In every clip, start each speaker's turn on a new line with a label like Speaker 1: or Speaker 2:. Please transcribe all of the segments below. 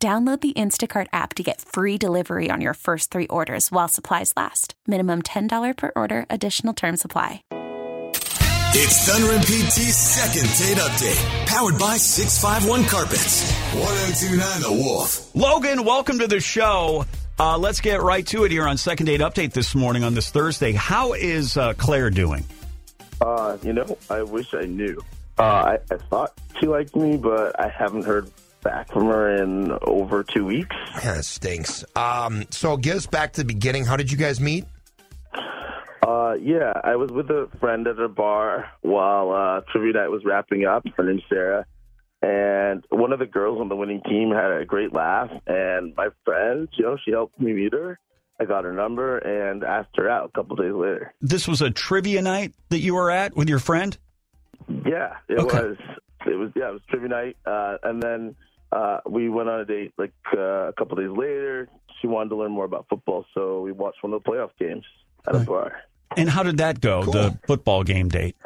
Speaker 1: Download the Instacart app to get free delivery on your first three orders while supplies last. Minimum $10 per order, additional term supply.
Speaker 2: It's Thunder and PT's second date update, powered by 651 Carpets, 1029 The Wolf.
Speaker 3: Logan, welcome to the show. Uh, let's get right to it here on Second Date Update this morning on this Thursday. How is uh, Claire doing?
Speaker 4: Uh, you know, I wish I knew. Uh, I, I thought she liked me, but I haven't heard back from her in over two weeks.
Speaker 5: Yeah, that stinks. Um, so get us back to the beginning. How did you guys meet?
Speaker 4: Uh, yeah, I was with a friend at a bar while uh, trivia night was wrapping up. Her name's Sarah, and one of the girls on the winning team had a great laugh. And my friend, you know, she helped me meet her. I got her number and asked her out a couple days later.
Speaker 3: This was a trivia night that you were at with your friend?
Speaker 4: Yeah, it
Speaker 3: Okay.
Speaker 4: was. It was yeah, it was trivia night, uh, and then uh, we went on a date like uh, a couple days later. She wanted to learn more about football, so we watched one of the playoff games at a bar.
Speaker 3: And how did that go,
Speaker 5: Cool.
Speaker 3: the football game date?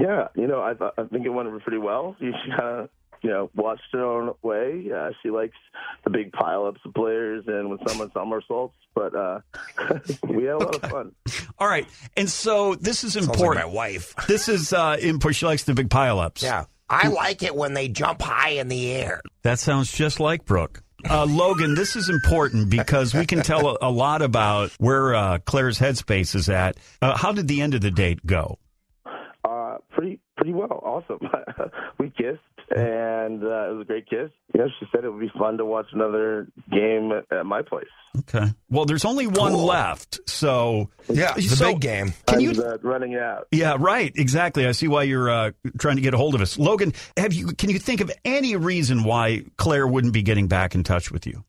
Speaker 4: Yeah, you know, I thought I think it went pretty well. You kind of you know watched her own way. Uh, she likes the big pileups of players and when someone somersaults, but uh, we had a lot of fun.
Speaker 3: All right. And so this is
Speaker 5: Sounds
Speaker 3: important.
Speaker 5: like my wife.
Speaker 3: this is uh, input. She likes the big pileups.
Speaker 5: Yeah. I like it when they jump high in the air.
Speaker 3: That sounds just like Brooke. Uh, Logan, this is important because we can tell a, a lot about where uh, Claire's headspace is at. Uh, how did the end of the date go?
Speaker 4: Uh, pretty pretty well. Awesome. we kissed, and uh, it was a great kiss. You know, she said it would be fun to watch another game at, at my place.
Speaker 3: Okay. Well, there's only one
Speaker 5: Cool.
Speaker 3: left. So,
Speaker 5: Yeah, the
Speaker 3: So-
Speaker 5: big game.
Speaker 3: Can
Speaker 4: I
Speaker 3: you-
Speaker 4: was uh, running out.
Speaker 3: yeah, right. Exactly. I see why you're uh, trying to get a hold of us. Logan, have you can you think of any reason why Claire wouldn't be getting back in touch with you?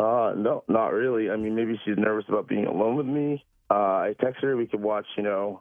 Speaker 4: Uh, no, not really. I mean, maybe she's nervous about being alone with me. Uh, I texted her we could watch, you know,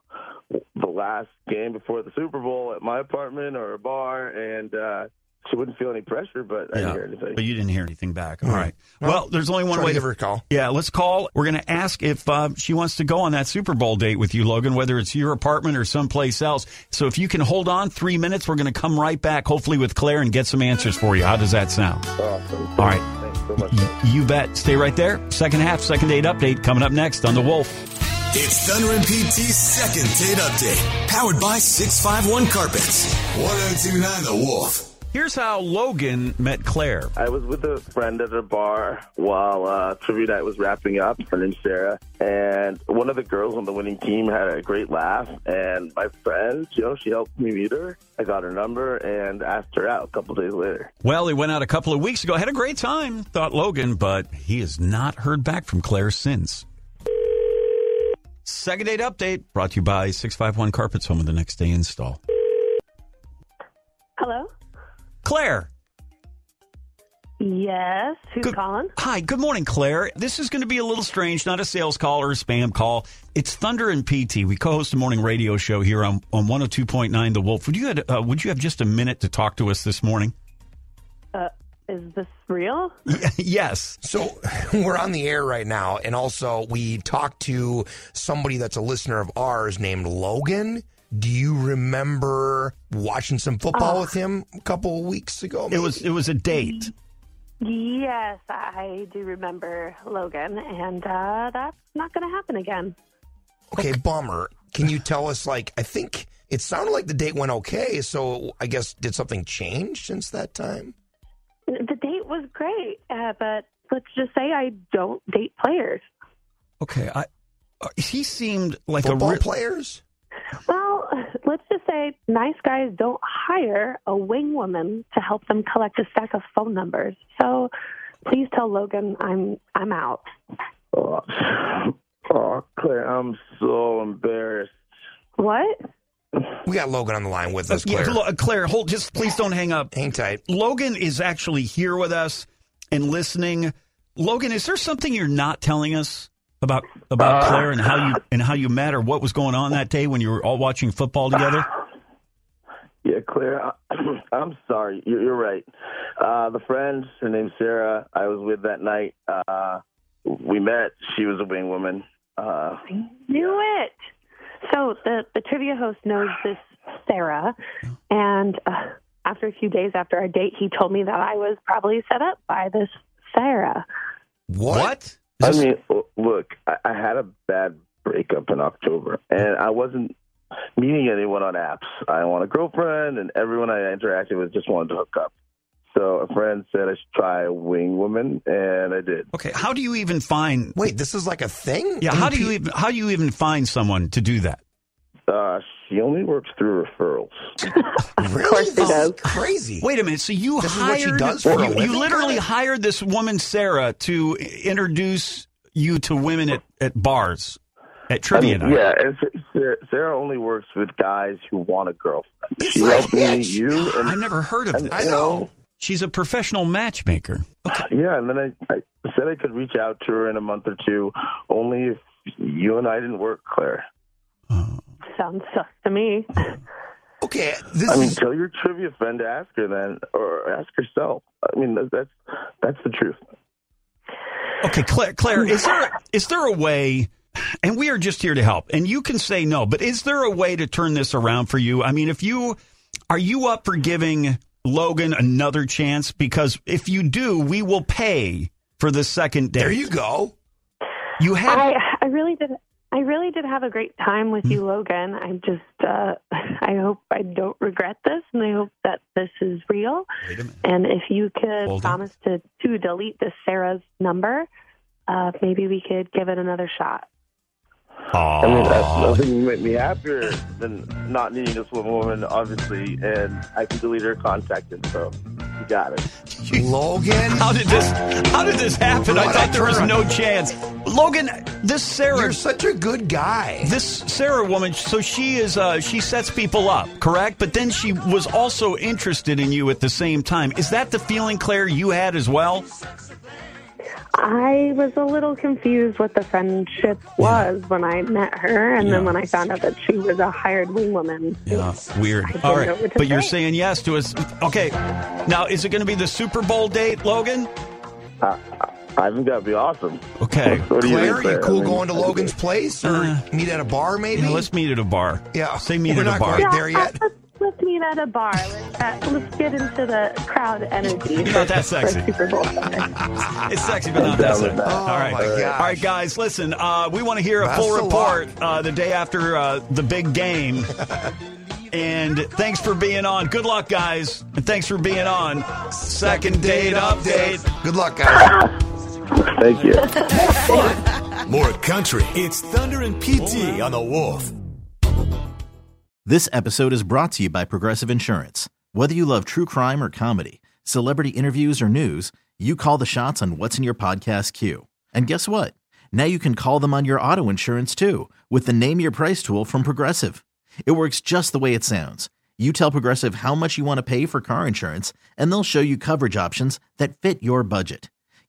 Speaker 4: the last game before the Super Bowl at my apartment or a bar, and uh, she wouldn't feel any pressure. But I
Speaker 3: Yeah.
Speaker 4: didn't hear anything.
Speaker 3: But you didn't hear anything back. All
Speaker 5: Hmm.
Speaker 3: right. Well,
Speaker 5: Well,
Speaker 3: there's only one
Speaker 5: Try
Speaker 3: way
Speaker 5: to give her a call.
Speaker 3: Yeah, let's call. We're going to ask if uh, she wants to go on that Super Bowl date with you, Logan, whether it's your apartment or someplace else. So if you can hold on three minutes, we're going to come right back, hopefully with Claire, and get some answers for you. How does that sound?
Speaker 4: awesome.
Speaker 3: All right.
Speaker 4: Thanks so much.
Speaker 3: Y- you bet. Stay right there. Second half, second date update coming up next on The Wolf.
Speaker 2: It's Thunder and PT's second date update, powered by 651 Carpets, 1029 The Wolf.
Speaker 3: Here's how Logan met Claire.
Speaker 4: I was with a friend at a bar while uh, trivia night was wrapping up. Her name's Sarah, and one of the girls on the winning team had a great laugh. And my friend, you know, she helped me meet her. I got her number and asked her out a couple days later.
Speaker 3: Well, he went out a couple of weeks ago, had a great time, thought Logan, but he has not heard back from Claire since. Second date update brought to you by 651 Carpets Home of the Next Day Install.
Speaker 6: Hello?
Speaker 3: Claire.
Speaker 6: Yes. Who's
Speaker 3: Good-
Speaker 6: calling?
Speaker 3: Hi, good morning, Claire. This is going to be a little strange, not a sales call or a spam call. It's Thunder and PT. We co-host a morning radio show here on, on 102.9 The Wolf. Would you had, uh, would you have just a minute to talk to us this morning?
Speaker 6: Uh, is this real?
Speaker 3: yes.
Speaker 5: So we're on the air right now, and also we talked to somebody that's a listener of ours named Logan. Do you remember watching some football with him a couple of weeks ago?
Speaker 3: It was it was a date.
Speaker 6: Yes, I do remember Logan, and uh, that's not going to happen again.
Speaker 5: okay, bummer. Can you tell us? Like, I think it sounded like the date went okay. So I guess did something change since that time?
Speaker 6: The date was great, uh, but let's just say I don't date players.
Speaker 3: Okay, I uh, he seemed like
Speaker 5: Football
Speaker 3: a re-
Speaker 5: players?
Speaker 6: Well, let's just say nice guys don't hire a wing woman to help them collect a stack of phone numbers. So please tell Logan I'm I'm out.
Speaker 4: Oh, oh Claire, I'm so embarrassed.
Speaker 6: What?
Speaker 5: We got Logan on the line with
Speaker 3: Uh,
Speaker 5: us,
Speaker 3: yeah,
Speaker 5: Claire.
Speaker 3: Lo- uh, Claire, hold just please don't hang up.
Speaker 5: Hang tight.
Speaker 3: Logan is actually here with us. and listening. Logan, is there something you're not telling us about about Claire and how you and how you met or what was going on that day when you were all watching football together?
Speaker 4: Yeah, Claire, I- I'm sorry. You're, you're right. Uh, the friend, her name's Sarah, I was with that night. Uh, we met. She was a wing woman. Uh,
Speaker 6: Knew it. So the the trivia host knows this Sarah, and uh, after a few days after our date, he told me that I was probably set up by this Sarah.
Speaker 5: What?
Speaker 4: I mean, o- look, I, I had a bad breakup in October, and I wasn't meeting anyone on apps. I want a girlfriend, and everyone I interacted with just wanted to hook up. So a friend said I should try Wing Woman, and I did.
Speaker 3: Okay, how do you even find?
Speaker 5: Wait, this is like a thing?
Speaker 3: Yeah, how do
Speaker 5: Pe-
Speaker 3: you even how do you even find someone to do that?
Speaker 4: Uh, she only works through referrals.
Speaker 5: Really?
Speaker 6: course
Speaker 5: this
Speaker 6: it
Speaker 5: is
Speaker 6: does.
Speaker 5: crazy.
Speaker 3: Wait a minute. So you
Speaker 5: This is
Speaker 3: hired
Speaker 5: what she does for a
Speaker 3: you,
Speaker 5: living?
Speaker 3: you literally hired this woman Sarah to introduce you to women at, at bars at
Speaker 4: I
Speaker 3: trivia
Speaker 4: mean,
Speaker 3: night.
Speaker 4: yeah, and Sa- Sa- Sarah only works with guys who want a girlfriend. She
Speaker 5: like
Speaker 4: helped me,
Speaker 5: Mitch.
Speaker 4: you, and,
Speaker 3: I've never heard of
Speaker 4: and,
Speaker 3: that.
Speaker 5: I
Speaker 4: you
Speaker 5: know.
Speaker 3: She's a professional matchmaker.
Speaker 4: Yeah, and then I, I said I could reach out to her in a month or two, only if you and I didn't work, Claire.
Speaker 6: Sounds sus to me.
Speaker 5: Okay, this
Speaker 4: I mean,
Speaker 5: is
Speaker 4: tell your trivia friend to ask her then, or ask herself. I mean, that, that's that's the truth.
Speaker 3: Okay, Claire, Claire, is there is there a way? And we are just here to help. And you can say no, but is there a way to turn this around for you? I mean, if you are you up for giving Logan another chance? Because if you do, we will pay for the second day.
Speaker 5: there you go.
Speaker 3: you have
Speaker 4: Oh.
Speaker 6: I I really did. I really did have a great time with you, Logan. I'm just, uh, I hope I don't regret this, and I hope that this is real.
Speaker 3: Wait a minute.
Speaker 6: And if you could
Speaker 3: Hold on.
Speaker 6: promise to, to delete this Sarah's number, uh, maybe we could give it another shot.
Speaker 4: I mean, that's nothing made me happier than not needing this one woman, obviously, and I can delete her contact info. You got it.
Speaker 5: Logan,
Speaker 3: How did this? How did this happen? I thought there was no chance. Logan, this Sarah,
Speaker 5: you're such a good guy.
Speaker 3: this Sarah woman. So she is. Uh, she sets people up, correct? But then she was also interested in you at the same time. Is that the feeling, Claire, you had as well?
Speaker 6: I was a little confused what the friendship was when I met her, and then
Speaker 3: Yeah.
Speaker 6: when I found out that she was a hired wing woman.
Speaker 3: weird.
Speaker 6: I don't
Speaker 3: All
Speaker 6: know
Speaker 3: right,
Speaker 6: what to
Speaker 3: but you're
Speaker 6: say.
Speaker 3: saying yes to us. Okay, now is it going to be the Super Bowl date, Logan?
Speaker 4: I, I think that'd be awesome.
Speaker 3: Okay.
Speaker 4: What do you
Speaker 5: Claire,
Speaker 4: think, I
Speaker 5: you cool
Speaker 4: mean,
Speaker 5: going to Logan's place or
Speaker 3: Uh,
Speaker 5: meet at a bar maybe?
Speaker 3: Yeah, let's meet at a bar.
Speaker 5: Yeah.
Speaker 3: say meet
Speaker 5: We're
Speaker 3: at a
Speaker 5: not
Speaker 3: bar.
Speaker 5: going there yet?
Speaker 6: Let's, let's meet at a bar. Let's, uh, let's get into the crowd energy.
Speaker 3: You're not that
Speaker 6: for
Speaker 3: sexy.
Speaker 6: Super Bowl.
Speaker 3: It's sexy, but not that sexy.
Speaker 4: Oh,
Speaker 3: All right,
Speaker 5: my gosh.
Speaker 3: all right, guys. Listen, uh, we want to hear a
Speaker 5: Best
Speaker 3: full
Speaker 5: of
Speaker 3: report uh, the day after uh, the big game. and thanks for being on. Good luck, guys, and thanks for being on. Second date update.
Speaker 5: Good luck, guys.
Speaker 4: Thank you.
Speaker 2: More country. It's Thunder and PT on the Wolf.
Speaker 7: This episode is brought to you by Progressive Insurance. Whether you love true crime or comedy, celebrity interviews or news, you call the shots on what's in your podcast queue. And guess what? Now you can call them on your auto insurance too with the Name Your Price tool from Progressive. It works just the way it sounds. You tell Progressive how much you want to pay for car insurance, and they'll show you coverage options that fit your budget.